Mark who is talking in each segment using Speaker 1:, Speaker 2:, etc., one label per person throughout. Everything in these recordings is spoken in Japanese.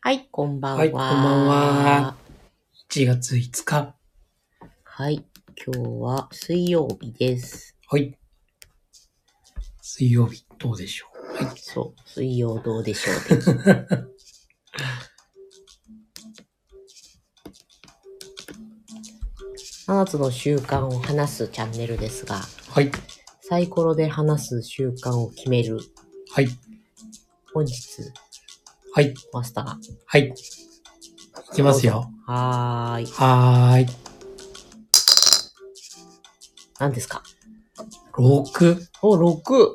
Speaker 1: はい、こんばんは。
Speaker 2: はい、こんばんは。。1月5日。
Speaker 1: はい、今日は水曜日です。
Speaker 2: はい。水曜日、どうでしょう。はい。
Speaker 1: そう、水曜どうでしょう的。7つの習慣を話すチャンネルですが、
Speaker 2: はい。
Speaker 1: サイコロで話す習慣を決める。
Speaker 2: はい。
Speaker 1: 本日、
Speaker 2: はい。
Speaker 1: マスター。い
Speaker 2: はい。いきますよ。。
Speaker 1: はーい。
Speaker 2: はーい。
Speaker 1: 何ですか
Speaker 2: 6。
Speaker 1: お、6。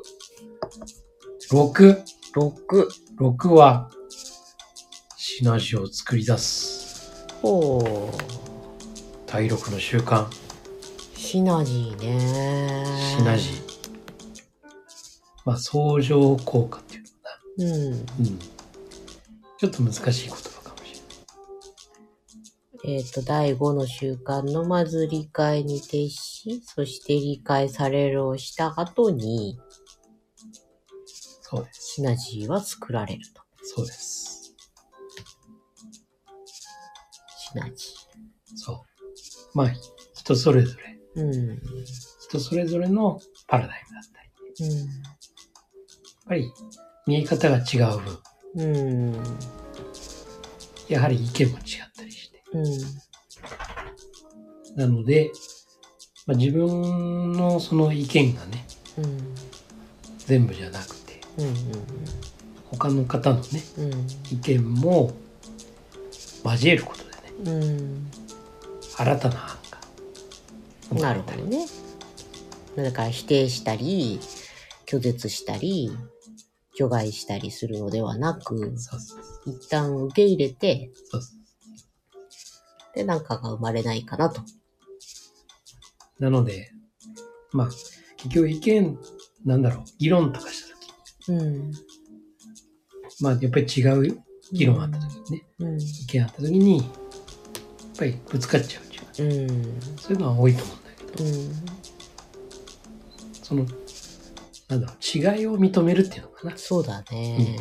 Speaker 2: 6。
Speaker 1: 6。
Speaker 2: 6は、シナジーを作り出す。
Speaker 1: ほー。
Speaker 2: 第6の習慣、
Speaker 1: シナジーね
Speaker 2: シナジー。まあ、相乗効果っていうのか
Speaker 1: ー。うん。
Speaker 2: な。うん。ちょっと難しい言葉かもしれない。
Speaker 1: えっ、と、第5の習慣の、まず理解に徹し、そして理解されるをした後に、
Speaker 2: そうです。
Speaker 1: シナジーは作られると。
Speaker 2: そうです。
Speaker 1: シナジ
Speaker 2: そう。まあ、人それぞれ、
Speaker 1: ー。うん。うん。
Speaker 2: 人それぞれのパラダイムだったり、やっぱり見え方が違う分、
Speaker 1: うん。
Speaker 2: やはり意見も違ったりして。
Speaker 1: うん。
Speaker 2: なので、まあ、自分のその意見がね、
Speaker 1: うん。
Speaker 2: 全部じゃなくて、
Speaker 1: うん。
Speaker 2: 他の方のね、
Speaker 1: うん。
Speaker 2: 意見も交えることでね、
Speaker 1: うん。
Speaker 2: 新たな案
Speaker 1: うん。
Speaker 2: が。
Speaker 1: なるほど。ね。だから否定したり、拒絶したり、除外したりするのではなく、
Speaker 2: そうそうそう
Speaker 1: 一旦受け入れて、
Speaker 2: そうそ
Speaker 1: で、なんかが生まれないかなと。
Speaker 2: う。なので、まあ、結局意見、なんだろう、議論とかしたとき、
Speaker 1: うん。
Speaker 2: まあ、やっぱり違う議論があったときにね、
Speaker 1: うん。
Speaker 2: 意見あった時にやっぱりぶつかっちゃうっていうか
Speaker 1: うん。
Speaker 2: そういうのは多いと思うんだけど
Speaker 1: うん。
Speaker 2: そのなんだろう違いを認めるっていうのかな
Speaker 1: そうだね。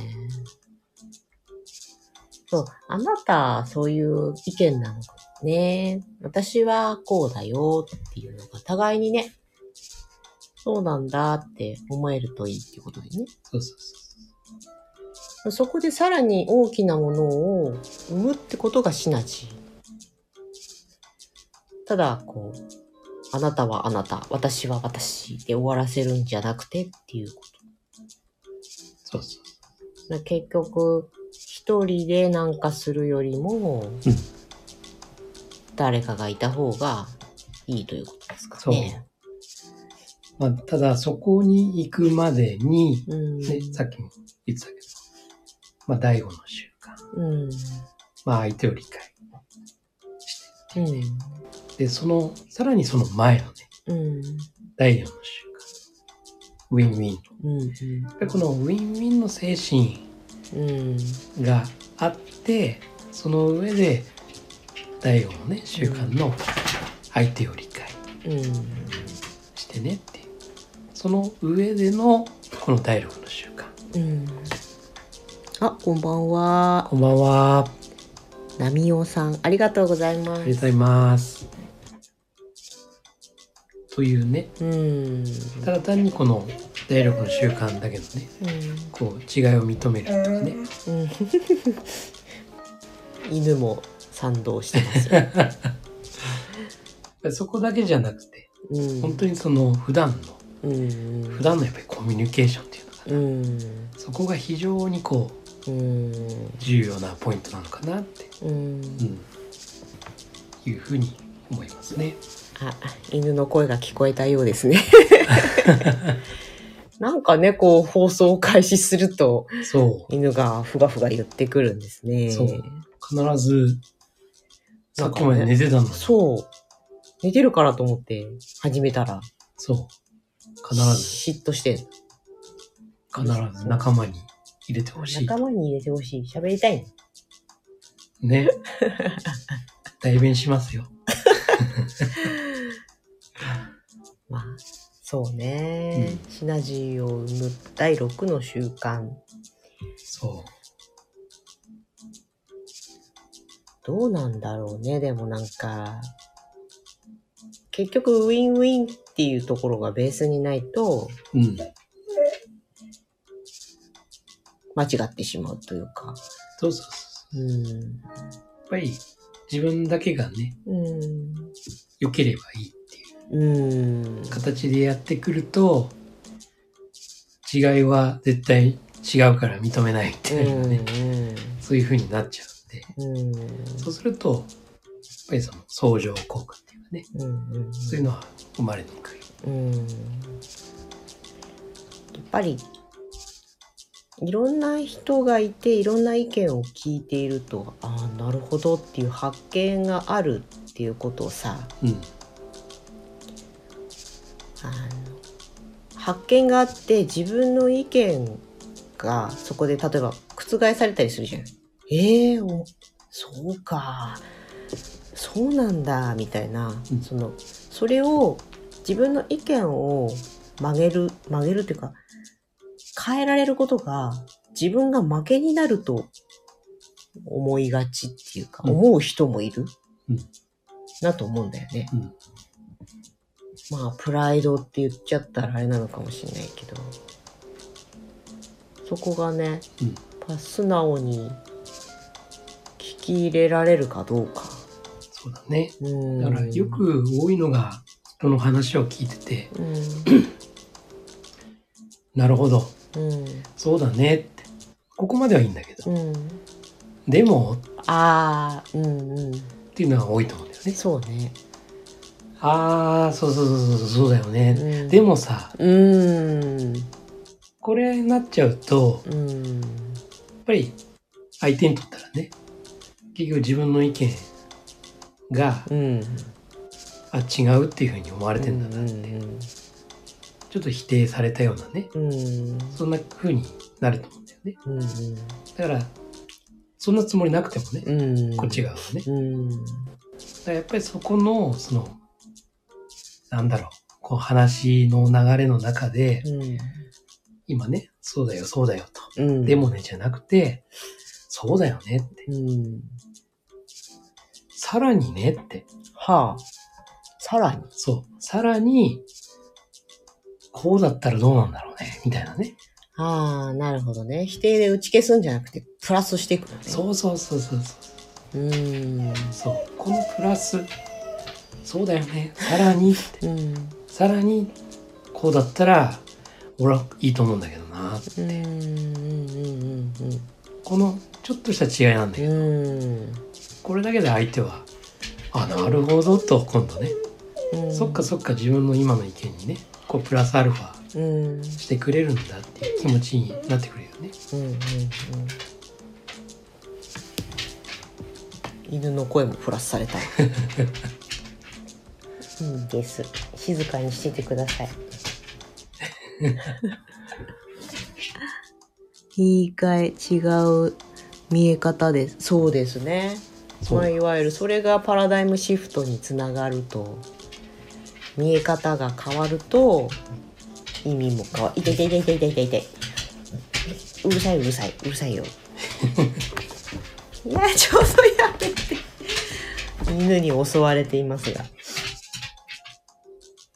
Speaker 1: そう、あなた、そういう意見なのかね。私はこうだよっていうのが、互いにね、そうなんだって思えるといいっていうことでね。
Speaker 2: そうそうそ
Speaker 1: そこでさらに大きなものを生むってことがシナジー。ただ、こう、あなたはあなた、私は私で終わらせるんじゃなくてっていうこと。
Speaker 2: うそうそう
Speaker 1: な結局、一人でなんかするよりも
Speaker 2: うん、
Speaker 1: 誰かがいた方がいいということですかね。
Speaker 2: まあ、ただそこに行くまでに、
Speaker 1: う。ん。
Speaker 2: ね、さっきも言ってたけど、まあ、第五の習慣、
Speaker 1: うん。
Speaker 2: まあ、相手を理解
Speaker 1: うん。
Speaker 2: でそのさらにその前のね
Speaker 1: うん。
Speaker 2: 第四の習慣ウィンウィンや
Speaker 1: うん。
Speaker 2: っぱりこのウィンウィンの精神
Speaker 1: うん。
Speaker 2: があってその上で第五のね習慣の相手を理解
Speaker 1: う
Speaker 2: してねっていうその上でのこの第六の習慣
Speaker 1: ん。うん。あ、こんばんは。
Speaker 2: こんばんはあ
Speaker 1: なみおさん、ありがとうございま
Speaker 2: りがとうご
Speaker 1: す。
Speaker 2: ざいますというね
Speaker 1: うん。
Speaker 2: ただ単にこの第六の習慣だけどね
Speaker 1: うん
Speaker 2: こう違いを認めるとかね
Speaker 1: うん、犬も賛同してますよ。
Speaker 2: そこだけじゃなくて
Speaker 1: うん。
Speaker 2: 本当にその普段
Speaker 1: う
Speaker 2: の
Speaker 1: ん。
Speaker 2: 普段のやっぱりコミュニケーションっていうのかな
Speaker 1: うん。
Speaker 2: そこが非常にこう
Speaker 1: うん。
Speaker 2: 重要なポイントなのかなって
Speaker 1: うん。
Speaker 2: うん、いうふうに思いますね。
Speaker 1: あ、犬の声が聞こえたようです ね。なんかね、こう、放送を開始すると、
Speaker 2: そう
Speaker 1: 犬がふがふが言ってくるんですね。
Speaker 2: そう必ずさっきまで寝てたのに、
Speaker 1: そう。寝てるからと思って始めたら、
Speaker 2: そう必ず
Speaker 1: ず。嫉妬してん
Speaker 2: 必ず仲間に入れてほしい
Speaker 1: 仲間に入れてほしい。喋りたいの。
Speaker 2: ね代弁しますよ。
Speaker 1: まあ、そうね。シナジーを生む第6の習慣。
Speaker 2: そ
Speaker 1: どうなんだろうね。でもなんか、結局ウィンウィンっていうところがベースにないと
Speaker 2: うん。
Speaker 1: 間違ってしまうというか。
Speaker 2: そうそうそうそう。
Speaker 1: うん。
Speaker 2: やっぱり自分だけがね、
Speaker 1: うん。
Speaker 2: 良ければいいっていう
Speaker 1: うん。
Speaker 2: 形でやってくると、違いは絶対違うから認めないみたいなね、そういう風になっちゃうん
Speaker 1: う
Speaker 2: で、
Speaker 1: ん。うん。
Speaker 2: そうすると、やっぱりその相乗効果っていうかね、
Speaker 1: うん。
Speaker 2: そういうのは生まれにくい。
Speaker 1: うん。やっぱり、いろんな人がいて、いろんな意見を聞いていると、ああ、なるほどっていう発見があるっていうことをさ、
Speaker 2: うん。
Speaker 1: あの発見があって自分の意見がそこで例えば覆されたりするじゃん。ええおそうかそうなんだみたいな、
Speaker 2: うん
Speaker 1: そのそれを自分の意見を曲げる曲げるというか変えられることが自分が負けになると思いがちっていうか、
Speaker 2: うん
Speaker 1: 思う人もいる、
Speaker 2: うん
Speaker 1: なと思うんだよね。
Speaker 2: うん。
Speaker 1: まあ、プライドって言っちゃったらあれなのかもしれないけど、そこがね、
Speaker 2: うん
Speaker 1: やっぱ素直に聞き入れられるかどうか。
Speaker 2: そうだね。
Speaker 1: うん。
Speaker 2: だからよ、く多いのが人の話を聞いてて、
Speaker 1: うん、
Speaker 2: なるほど、
Speaker 1: うん、
Speaker 2: そうだねって。ここまではいいんだけど、
Speaker 1: うん。
Speaker 2: でもっ
Speaker 1: ああ、うんうん。
Speaker 2: ていうのは多いと思うんだよね。
Speaker 1: そうね。
Speaker 2: ああ、そうそうそうそう、そうだよね。
Speaker 1: うん、
Speaker 2: で、もさ、
Speaker 1: うん、
Speaker 2: これになっちゃうと、
Speaker 1: うん、
Speaker 2: やっぱり相手にとったらね、結局自分の意見が、
Speaker 1: うん。
Speaker 2: あ、違うっていうふうに思われてんだなって、
Speaker 1: うん
Speaker 2: ちょっと否定されたようなね、
Speaker 1: うん、うん、
Speaker 2: そんな風になると思うんだよね。
Speaker 1: うん、
Speaker 2: だから、そんなつもりなくてもね、
Speaker 1: うん。
Speaker 2: こっち。側はね。だか
Speaker 1: うん、
Speaker 2: らやっぱりそこの、その、なんだろう、こう話の流れの中で、
Speaker 1: うん、
Speaker 2: 今ね、そうだよ、そうだよと。
Speaker 1: うん。
Speaker 2: でもね、じゃなくて、そうだよねって。
Speaker 1: うん。
Speaker 2: さらにねって。
Speaker 1: はあ。さらに。
Speaker 2: そう。さらに、こうだったらどうなんだろうね、みたいなね。
Speaker 1: ああ、なるほどね。否定で打ち消すんじゃなくて、プラスしていくのね。。
Speaker 2: そうそうそうそうそう
Speaker 1: うーん。
Speaker 2: う。そう。このプラス、そうだよね、さらにって。
Speaker 1: うん。う
Speaker 2: さらに、こうだったら、俺はいいと思うんだけどな。
Speaker 1: ーん。
Speaker 2: この、ちょっとした違いなんだ
Speaker 1: うん。う
Speaker 2: けど、
Speaker 1: ん。
Speaker 2: これだけで相手は、あ、なるほどと、今度ね。
Speaker 1: うん。
Speaker 2: そっかそっか自分の今の意見にね、こう、プラスアルファ
Speaker 1: うん。うん。
Speaker 2: してくれるんだっていう気持ちになってくれるよね。
Speaker 1: うん。うん。犬の声もプラスされた。いいです。静かにしててください。 言い換え違う見え方です。そうですね。
Speaker 2: そ
Speaker 1: まあ、
Speaker 2: う
Speaker 1: いわゆるそれがパラダイムシフトにつながると見え方が変わると意味も変わる。いていていていていていていてうるさいうるさいうるさいよ。いやちょうどやめて犬に襲われていますが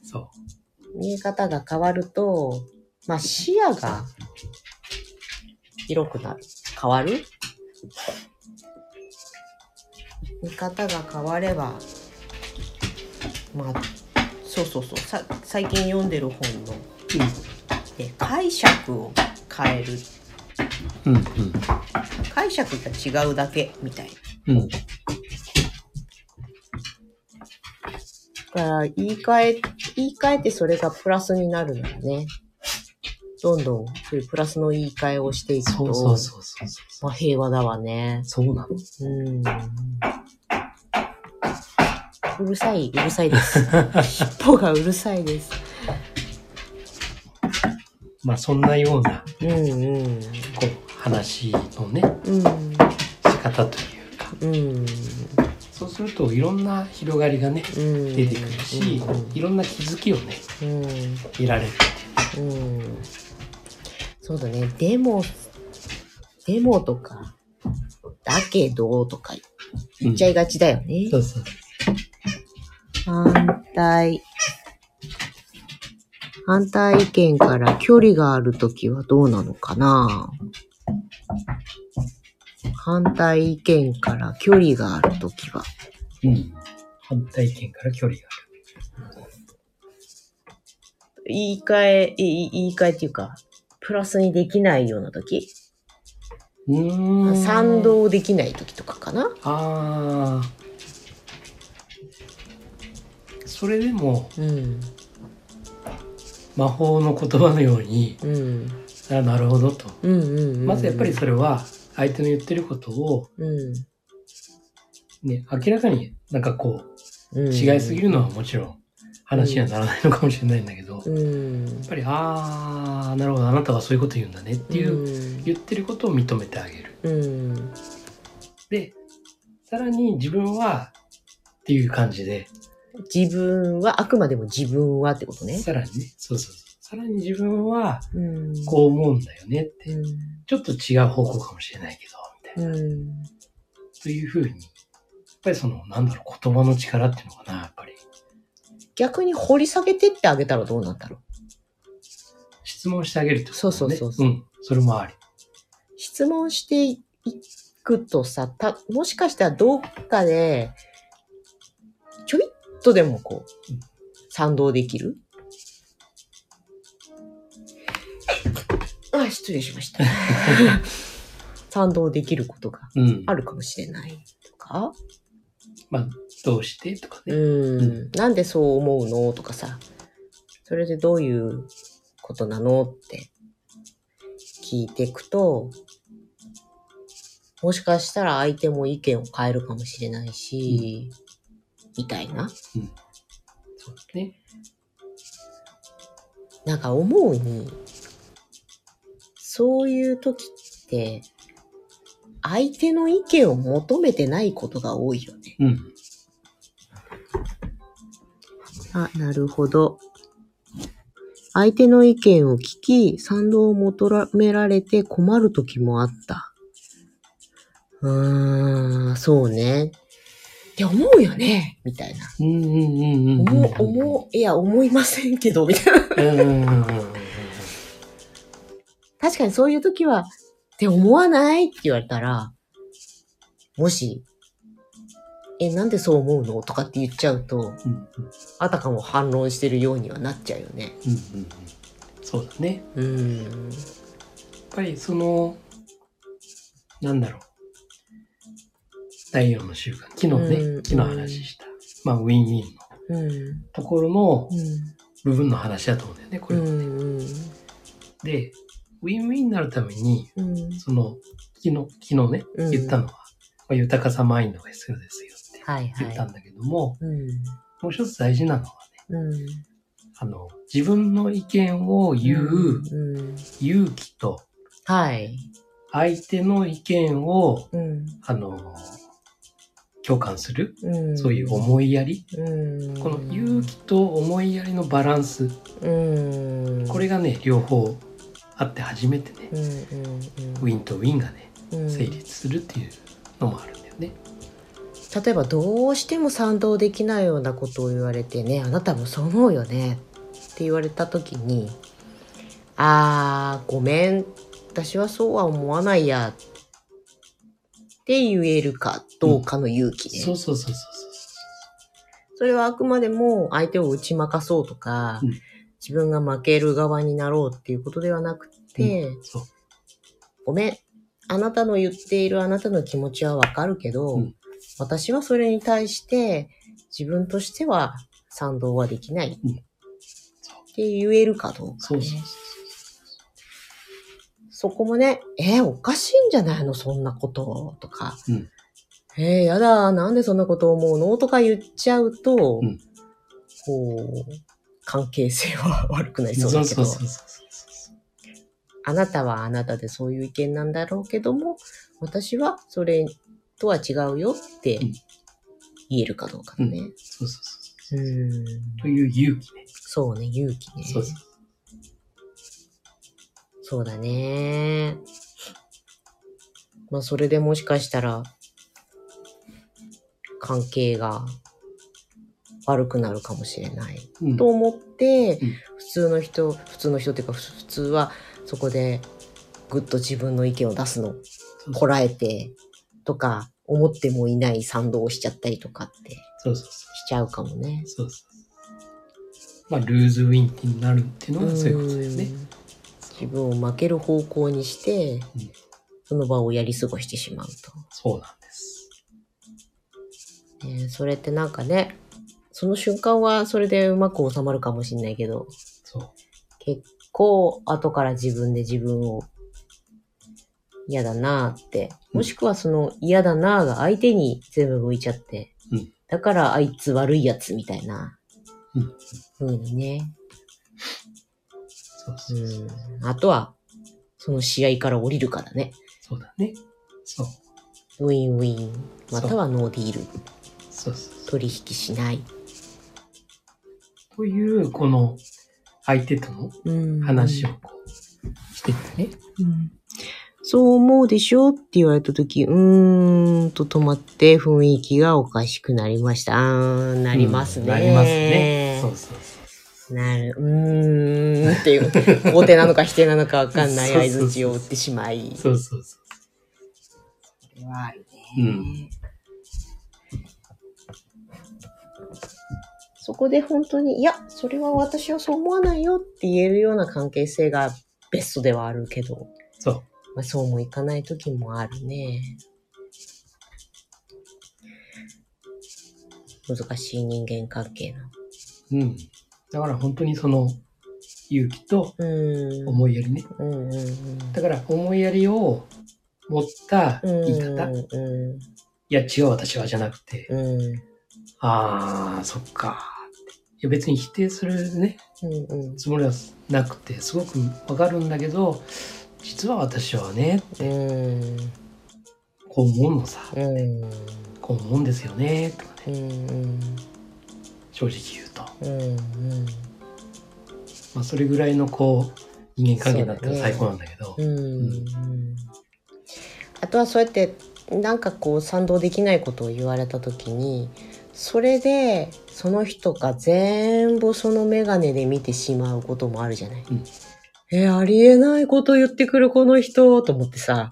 Speaker 2: そう。
Speaker 1: 見え方が変わると、まあ、視野が広くなる変わる見方が変わればまあそうそうそうさ最近読んでる本ので解釈を変える
Speaker 2: うんうん
Speaker 1: 解釈が違うだけみたいな。
Speaker 2: うんうん
Speaker 1: だから言い換え、言い換えてそれがプラスになるのらね。どんどんそういうプラスの言い換えをしていくと、
Speaker 2: そうそうそうそうそう
Speaker 1: まあ平和だわね。
Speaker 2: そうなの
Speaker 1: うん。うるさい、うるさいです。 尻尾がうるさいです。
Speaker 2: まあそんなような
Speaker 1: うんうん。
Speaker 2: こう話のね
Speaker 1: うん。
Speaker 2: 仕方というか
Speaker 1: うん。
Speaker 2: そうするといろんな広がりがね
Speaker 1: うん。
Speaker 2: 出てくるしいろんな気づきをね
Speaker 1: うん。うん
Speaker 2: 得られるって
Speaker 1: うん。そうだね。でも、でもとか、だけどとか言っちゃいがちだよね。
Speaker 2: そうそう。
Speaker 1: 反対。反対意見から距離があるときはどうなのかな反対意見から距離があるときは。
Speaker 2: うん。反対意見から距離があ
Speaker 1: 言い換え、いい言い換えっていうか、プラスにできないようなとき
Speaker 2: る。うーん。
Speaker 1: 賛。同できないときとかかな
Speaker 2: ああ。それでも、
Speaker 1: うん。
Speaker 2: 魔法の言葉のように、
Speaker 1: うん。
Speaker 2: あなるほどと。
Speaker 1: うんうんうん、うん。
Speaker 2: まずやっぱりそれは、相手の言ってることを、
Speaker 1: うん。
Speaker 2: ね、明らかになんかこ
Speaker 1: うん。
Speaker 2: う、違いすぎ
Speaker 1: る。
Speaker 2: るのはもちろん、話にはならないのかもしれないんだけど、やっ
Speaker 1: うん。っ
Speaker 2: ぱり、ああ、なるほど、あなたはそういうこと言うんだねっていう、
Speaker 1: う
Speaker 2: 言ってることを認めてあげる。
Speaker 1: ん。うん。
Speaker 2: で、さらに自分は、っていう感じで、
Speaker 1: 自分は、あくまでも自分はってことね。
Speaker 2: さらにね、そうそうそう。さらに自分は、
Speaker 1: うん。
Speaker 2: こう思うんだよねって、
Speaker 1: うん。
Speaker 2: ちょっと違う方向かもしれないけど、みたいな。
Speaker 1: うん。
Speaker 2: というふうに、やっぱりその、なんだろう、言葉の力っていうのかな、やっぱり。
Speaker 1: 逆に掘り下げてってあげたらどうなんだろう。
Speaker 2: 質問してあげるってこと
Speaker 1: そうそうそうそ
Speaker 2: そうう。うん、それもあり。
Speaker 1: 質問していくとさ、た、もしかしたらどっかで、ちょびっとでもこう
Speaker 2: うん、
Speaker 1: 賛同できるあ、失礼しま した。賛同できることが
Speaker 2: うん。
Speaker 1: あるかもしれないとか、
Speaker 2: まあ、どうしてとか
Speaker 1: う
Speaker 2: ね。
Speaker 1: ん、なんでそう思うのとかさ、それでどういうことなのって聞いていくと、もしかしたら相手も意見を変えるかもしれないし、みたいな。
Speaker 2: そうだね。
Speaker 1: なんか思うに、そういう時って、相手の意見を求めてないことが多いよね。
Speaker 2: うん。
Speaker 1: あ、なるほど。相手の意見を聞き、賛同を求められて困る時もあった。うーん、そうね。って思うよね、みたいな。
Speaker 2: うんうんうんうん。
Speaker 1: 思う、思う、いや、思いませんけど、みたいな。
Speaker 2: うん。うんうんうんうん。
Speaker 1: 確かにそういう時は、って思わないって言われたら、もし、え、なんでそう思うのとかって言っちゃうと、
Speaker 2: うんうん
Speaker 1: あたかも反論してるようにはなっちゃうよね。
Speaker 2: うんうん。そうだね。
Speaker 1: うーん。
Speaker 2: やっぱりその、なんだろう。第4の習慣。昨日
Speaker 1: う
Speaker 2: ね、
Speaker 1: ん
Speaker 2: 昨日話した。まあ、ウィンウィンの
Speaker 1: うん。
Speaker 2: ところの
Speaker 1: う
Speaker 2: 部分の話だと思うんだよね、これ。
Speaker 1: ん。
Speaker 2: で、ウィンウィンになるために、
Speaker 1: うん。
Speaker 2: その、昨日、昨日ね、
Speaker 1: うん
Speaker 2: 言ったのは、まあ豊かさマインドが必要ですよって
Speaker 1: はいは
Speaker 2: 言ったん
Speaker 1: い。
Speaker 2: だけども、
Speaker 1: うん。
Speaker 2: もう一つ大事なのはね、
Speaker 1: うん。
Speaker 2: あの、自分の意見を言う
Speaker 1: うん。
Speaker 2: 勇気と、
Speaker 1: はい。
Speaker 2: 相手の意見を、
Speaker 1: うん。
Speaker 2: あの、共感する、
Speaker 1: うん。
Speaker 2: そういう思いやり、
Speaker 1: うん。
Speaker 2: この勇気と思いやりのバランス、
Speaker 1: うん。
Speaker 2: これがね、両方あって初めてね、
Speaker 1: うん。
Speaker 2: ウィンとウィンがね、
Speaker 1: うん。
Speaker 2: 成立するっていうのもあるんだよね。
Speaker 1: 例えばどうしても賛同できないようなことを言われてねあなたもそう思うよねって言われた時に「あーごめん私はそうは思わないや」って言えるかどうかの勇気ね、
Speaker 2: そうそうそうそうそう。
Speaker 1: それはあくまでも相手を打ち負かそうとか、
Speaker 2: うん
Speaker 1: 自分が負ける側になろうっていうことではなくて、
Speaker 2: そう。
Speaker 1: ごめん。あなたの言っているあなたの気持ちはわかるけど、
Speaker 2: うん
Speaker 1: 私はそれに対して自分としては賛同はできない。
Speaker 2: うん
Speaker 1: って言えるかどうか
Speaker 2: そ
Speaker 1: ね、
Speaker 2: うそうそう。
Speaker 1: そこもね、えーおかしいんじゃないのそんなこと。とか、
Speaker 2: うん
Speaker 1: えーやだ、なんでそんなこと思うのとか言っちゃうと、
Speaker 2: うん
Speaker 1: こう、関係性は悪くなり
Speaker 2: そ
Speaker 1: そうう
Speaker 2: そ
Speaker 1: だ
Speaker 2: う
Speaker 1: け
Speaker 2: そう
Speaker 1: ど、
Speaker 2: そうそう。
Speaker 1: あなたはあなたでそういう意見なんだろうけども、私はそれとは違うよって
Speaker 2: うん
Speaker 1: 言えるかどうかだね。
Speaker 2: そうそうそ
Speaker 1: う
Speaker 2: う。
Speaker 1: ん、
Speaker 2: という勇気ね。
Speaker 1: そうね、勇気ね。
Speaker 2: そうそう。
Speaker 1: そうだね。まあ、それでもしかしたら、関係が悪くなるかもしれない
Speaker 2: うん
Speaker 1: と思って、
Speaker 2: うん
Speaker 1: 普通の人普通の人っていうかふ普通はそこでぐっと自分の意見を出すの
Speaker 2: そう
Speaker 1: こらえてとか思ってもいない賛同をしちゃったりとかってし
Speaker 2: そうそうそ
Speaker 1: ちゃうかもね
Speaker 2: う。。そうそうまあ、ルーズウィンになるっていうのはそういうことですね
Speaker 1: う。ん自分を負ける方向にして、
Speaker 2: うん
Speaker 1: その場をやり過ごしてしまう
Speaker 2: そうなんです。
Speaker 1: と。ねそれってなんかね、その瞬間はそれでうまく収まるかもしれないけど、
Speaker 2: そう。
Speaker 1: 結構後から自分で自分を嫌だなーって、
Speaker 2: うん
Speaker 1: もしくはその嫌だなーが相手に全部向いちゃって、
Speaker 2: うん
Speaker 1: だからあいつ悪いやつみたいな、
Speaker 2: うん
Speaker 1: 風にね、
Speaker 2: そうそううそう。
Speaker 1: ん。あとは、その試合から降りるからね。
Speaker 2: そうだね。そう。
Speaker 1: ウィンウィン、またはノーディール、
Speaker 2: そうそうそ
Speaker 1: 取引しない。
Speaker 2: う。という、この、相手との話をこう、してってね。
Speaker 1: うんそう思うでしょって言われたとき、うーんと止まって雰囲気がおかしくなりました。あーなりますね。
Speaker 2: うんなりますね。そうそうそう。
Speaker 1: なる、うーんっていう、 肯定なのか否定なのかわかんない
Speaker 2: そうそうそう
Speaker 1: 相槌を打ってしまい。
Speaker 2: そうそうそう。
Speaker 1: それはある
Speaker 2: う
Speaker 1: ね。
Speaker 2: ん
Speaker 1: そこで本当に、いや、それは私はそう思わないよって言えるような関係性がベストではあるけど、
Speaker 2: そう。
Speaker 1: まあ、そうもいかない時もあるね。難しい人間関係な。
Speaker 2: うん。だから本当にその、勇気と
Speaker 1: うん。
Speaker 2: 思いやりね。
Speaker 1: うんうんうん。
Speaker 2: だから思いやりを持った言い方。い
Speaker 1: うん
Speaker 2: や、違う私はじゃなくて、
Speaker 1: うん。うん
Speaker 2: あー、そっか。いや、別に否定するね、
Speaker 1: うんうん。
Speaker 2: つもりはなくて、すごくわかるんだけど、実は私はね、
Speaker 1: うん。
Speaker 2: こう思うのさ、
Speaker 1: うん。
Speaker 2: こう思うんですよね、とかね、
Speaker 1: うん
Speaker 2: 正直言うと。
Speaker 1: うん。うん
Speaker 2: まあ、それぐらいのこう、人間関係だったら
Speaker 1: そうだね
Speaker 2: 最高なんだけど、
Speaker 1: うん。うん。あとはそうやって、なんかこう賛同できないことを言われた時に、それで、その人が全部そのメガネで見てしまうこともあるじゃない。
Speaker 2: うん
Speaker 1: え、ありえないこと言ってくるこの人と思ってさ、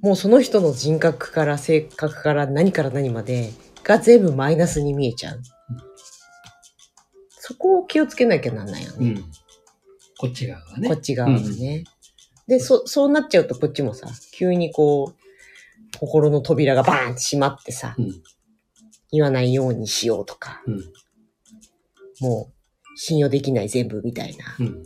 Speaker 1: もうその人の人格から性格から何から何までが全部マイナスに見えちゃう。そこを気をつけなきゃなんないよね。
Speaker 2: うん。こっち側がね
Speaker 1: こっ。ち側がね。で、そ、そうなっちゃうとこっちもさ、急にこう、心の扉がバーンって閉まってさ、
Speaker 2: うん
Speaker 1: 言わないようにしようとか、
Speaker 2: うん。
Speaker 1: もう、信用できない全部みたいな。
Speaker 2: うん。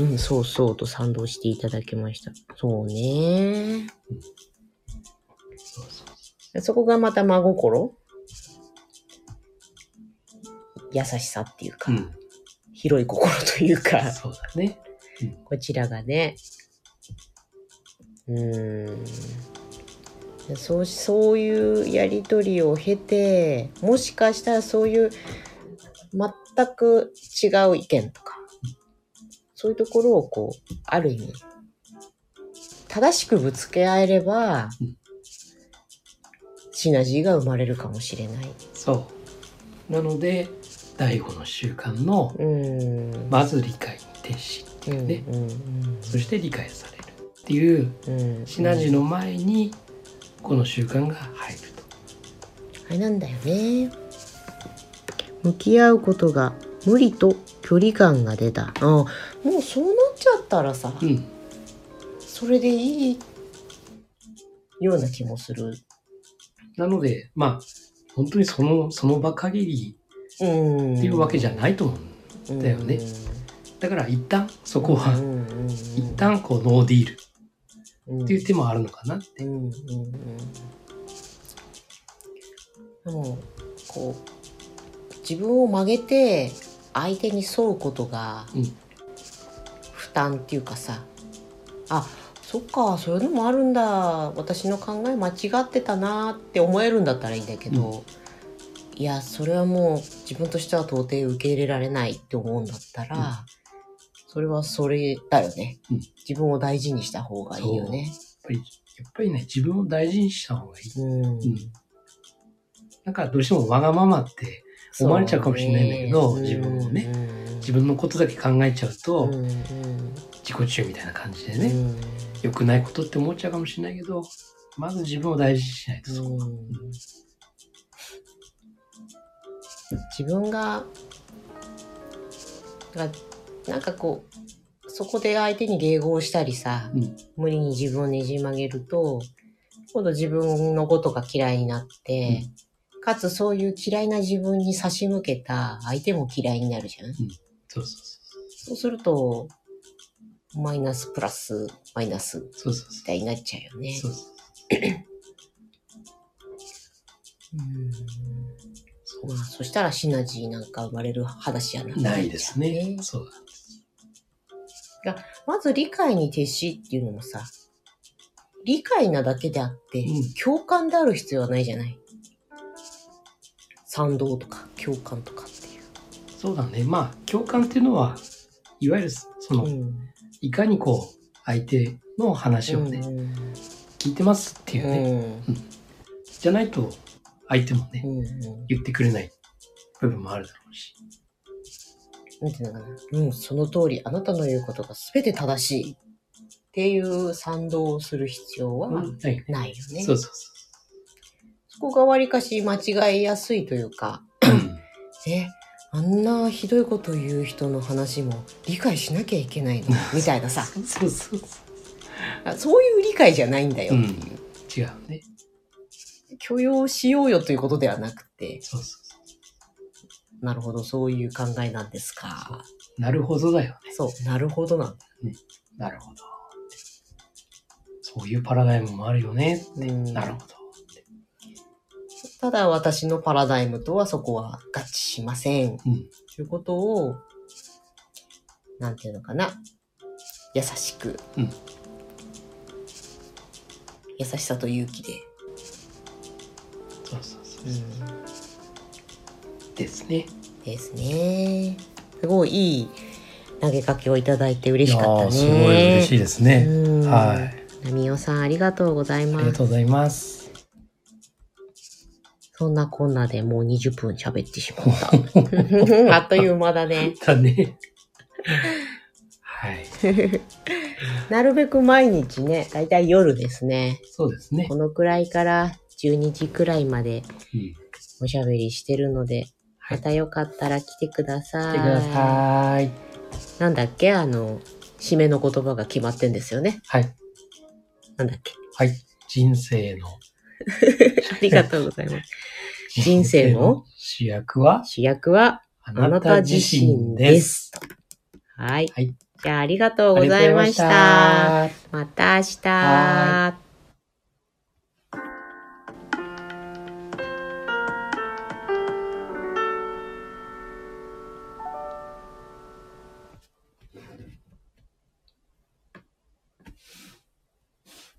Speaker 1: うん、そうそうと賛同していただきました。そうね。
Speaker 2: そうそうそう。
Speaker 1: そこがまた真心優しさっていうか、
Speaker 2: うん。
Speaker 1: 広い心というか。
Speaker 2: そうだね。
Speaker 1: こちらがね。うーん。そうそういうやりとりを経て、もしかしたらそういう全く違う意見とか、そういうところをこう、ある意味、正しくぶつけ合えれば
Speaker 2: うん、
Speaker 1: シナジーが生まれるかもしれない。
Speaker 2: そう。なので、第5の習慣の、
Speaker 1: うーん。
Speaker 2: まず理解に徹し、
Speaker 1: うん、うん、
Speaker 2: ね
Speaker 1: うん
Speaker 2: そして理解されるっていう、
Speaker 1: うん。
Speaker 2: シナジーの前に、この習慣が入ると。
Speaker 1: あれなんだよね向き合うことが無理と距離感が出たあもうそうなっちゃったらさ、
Speaker 2: うん。
Speaker 1: それでいいような気もする
Speaker 2: なので、まあ、本当にその、その場限り
Speaker 1: うん
Speaker 2: っていうわけじゃないいと思う。
Speaker 1: ん
Speaker 2: だよねだから一旦、そこ
Speaker 1: ん
Speaker 2: は、
Speaker 1: うんうん
Speaker 2: 一旦こうノーディールっ
Speaker 1: うん
Speaker 2: ていう手もあるのかな。
Speaker 1: うんうんうんでもこう自分を曲げて相手に沿うことが
Speaker 2: うん
Speaker 1: 負担っていうかさ、あそっかそういうのもあるんだ私の考え間違ってたなって思えるんだったらいいんだけど、いやそれはもう自分としては到底受け入れられないって思うんだったら、
Speaker 2: うん
Speaker 1: それはそれだよね、
Speaker 2: うん
Speaker 1: 自分を大事にした方がいいよね。
Speaker 2: ぱり、やっぱりね、自分を大事にした方がいい。
Speaker 1: うん
Speaker 2: うん。なんかどうしてもわがままって思われちゃうかもしれないんだけど
Speaker 1: そう
Speaker 2: 自分をね
Speaker 1: うん
Speaker 2: 自分のことだけ考えちゃうと、
Speaker 1: うんうん
Speaker 2: 自己中みたいな感じで
Speaker 1: う
Speaker 2: ね、
Speaker 1: ん
Speaker 2: 良くないことって思っちゃうかもしれないけど、まず自分を大事にしないとそこは。
Speaker 1: うん自分ががなんかこうそこで相手に迎合したりさ、
Speaker 2: うん
Speaker 1: 無理に自分をねじ曲げると今度自分のことが嫌いになって、かつそういう嫌いな自分に差し向けた相手も嫌いになるじゃん。
Speaker 2: そうそうそ
Speaker 1: そうするとマイナスプラスマイナスみ
Speaker 2: う。そうそうそ
Speaker 1: たいになっちゃうよ
Speaker 2: う。
Speaker 1: ね。
Speaker 2: そうそう
Speaker 1: うんまあ、そしたらシナジーなんか生まれる話やな
Speaker 2: ないですね。そうだ。
Speaker 1: まず理解に徹しっていうのもさ、理解なだけであって、
Speaker 2: うん
Speaker 1: 共感である必要はないじゃない。賛同とか共感とかっていう。
Speaker 2: そうだね。まあ、共感っていうのは、いわゆるその、
Speaker 1: ん。
Speaker 2: いかにこう、相手の話をね、
Speaker 1: うん
Speaker 2: 聞いてますっていううね、
Speaker 1: ん。
Speaker 2: じゃないと、相手もね、
Speaker 1: うん。うん
Speaker 2: 言ってくれない部分もあるだろうし。
Speaker 1: なんていうのかな。うん、その通り、あなたの言うことが全て正しい。っていう賛同をする必要は
Speaker 2: うんない
Speaker 1: ないよね。
Speaker 2: そうそうそ
Speaker 1: そこがわりかし間違いやすいというか、
Speaker 2: う。うん
Speaker 1: ね、あんなひどいこと言う人の話も理解しなきゃいけない のみたいなさ
Speaker 2: そうそうそ
Speaker 1: あそういう理解じゃないんだよ
Speaker 2: う。う
Speaker 1: っ
Speaker 2: ん。
Speaker 1: ていう、
Speaker 2: 違うね。
Speaker 1: 許容しようよということではなくて
Speaker 2: そうそうそ
Speaker 1: なるほどそういう考えなんですか
Speaker 2: う。なるほどだよ。
Speaker 1: そうなるほどなんだ
Speaker 2: なるほど。そういうパラダイムもあるよね。
Speaker 1: うん
Speaker 2: なるほど。
Speaker 1: ただ私のパラダイムとはそこは合致しません
Speaker 2: うん。
Speaker 1: ということをなんていうのかな優しく、
Speaker 2: うん
Speaker 1: 優しさと勇気で、
Speaker 2: そうそうそう。ですね。
Speaker 1: ですね。すごいいい投げかけをいただいて嬉しかったね。
Speaker 2: すごい嬉しいですね。
Speaker 1: うん
Speaker 2: はい。
Speaker 1: ナミオさんありがとうござい
Speaker 2: あ
Speaker 1: ま
Speaker 2: りが
Speaker 1: す。
Speaker 2: とうございます。
Speaker 1: そんなこんなでもう20分喋ってしまっ た。あっという間だね。
Speaker 2: だね。はい。
Speaker 1: なるべく毎日ね、だいたい夜ですね。
Speaker 2: そうですね
Speaker 1: こ。のくらいから12時くらいまで
Speaker 2: うん。
Speaker 1: おしゃべりしてるので、
Speaker 2: は
Speaker 1: ま
Speaker 2: い。来
Speaker 1: たよかったら来てください。
Speaker 2: てください。
Speaker 1: なんだっけあの、締めの言葉が決まってんですよね。
Speaker 2: はい。
Speaker 1: なんだ っけ
Speaker 2: はい。人生の。
Speaker 1: ありがとうございます。人生の
Speaker 2: 主役は
Speaker 1: 主役は
Speaker 2: あ
Speaker 1: あ
Speaker 2: な
Speaker 1: な
Speaker 2: た
Speaker 1: た
Speaker 2: 自
Speaker 1: 自
Speaker 2: 身
Speaker 1: 身
Speaker 2: で。
Speaker 1: ですす。はい。
Speaker 2: はい
Speaker 1: じゃあありがとうございました。
Speaker 2: ありがとうございました。
Speaker 1: また明日。
Speaker 2: は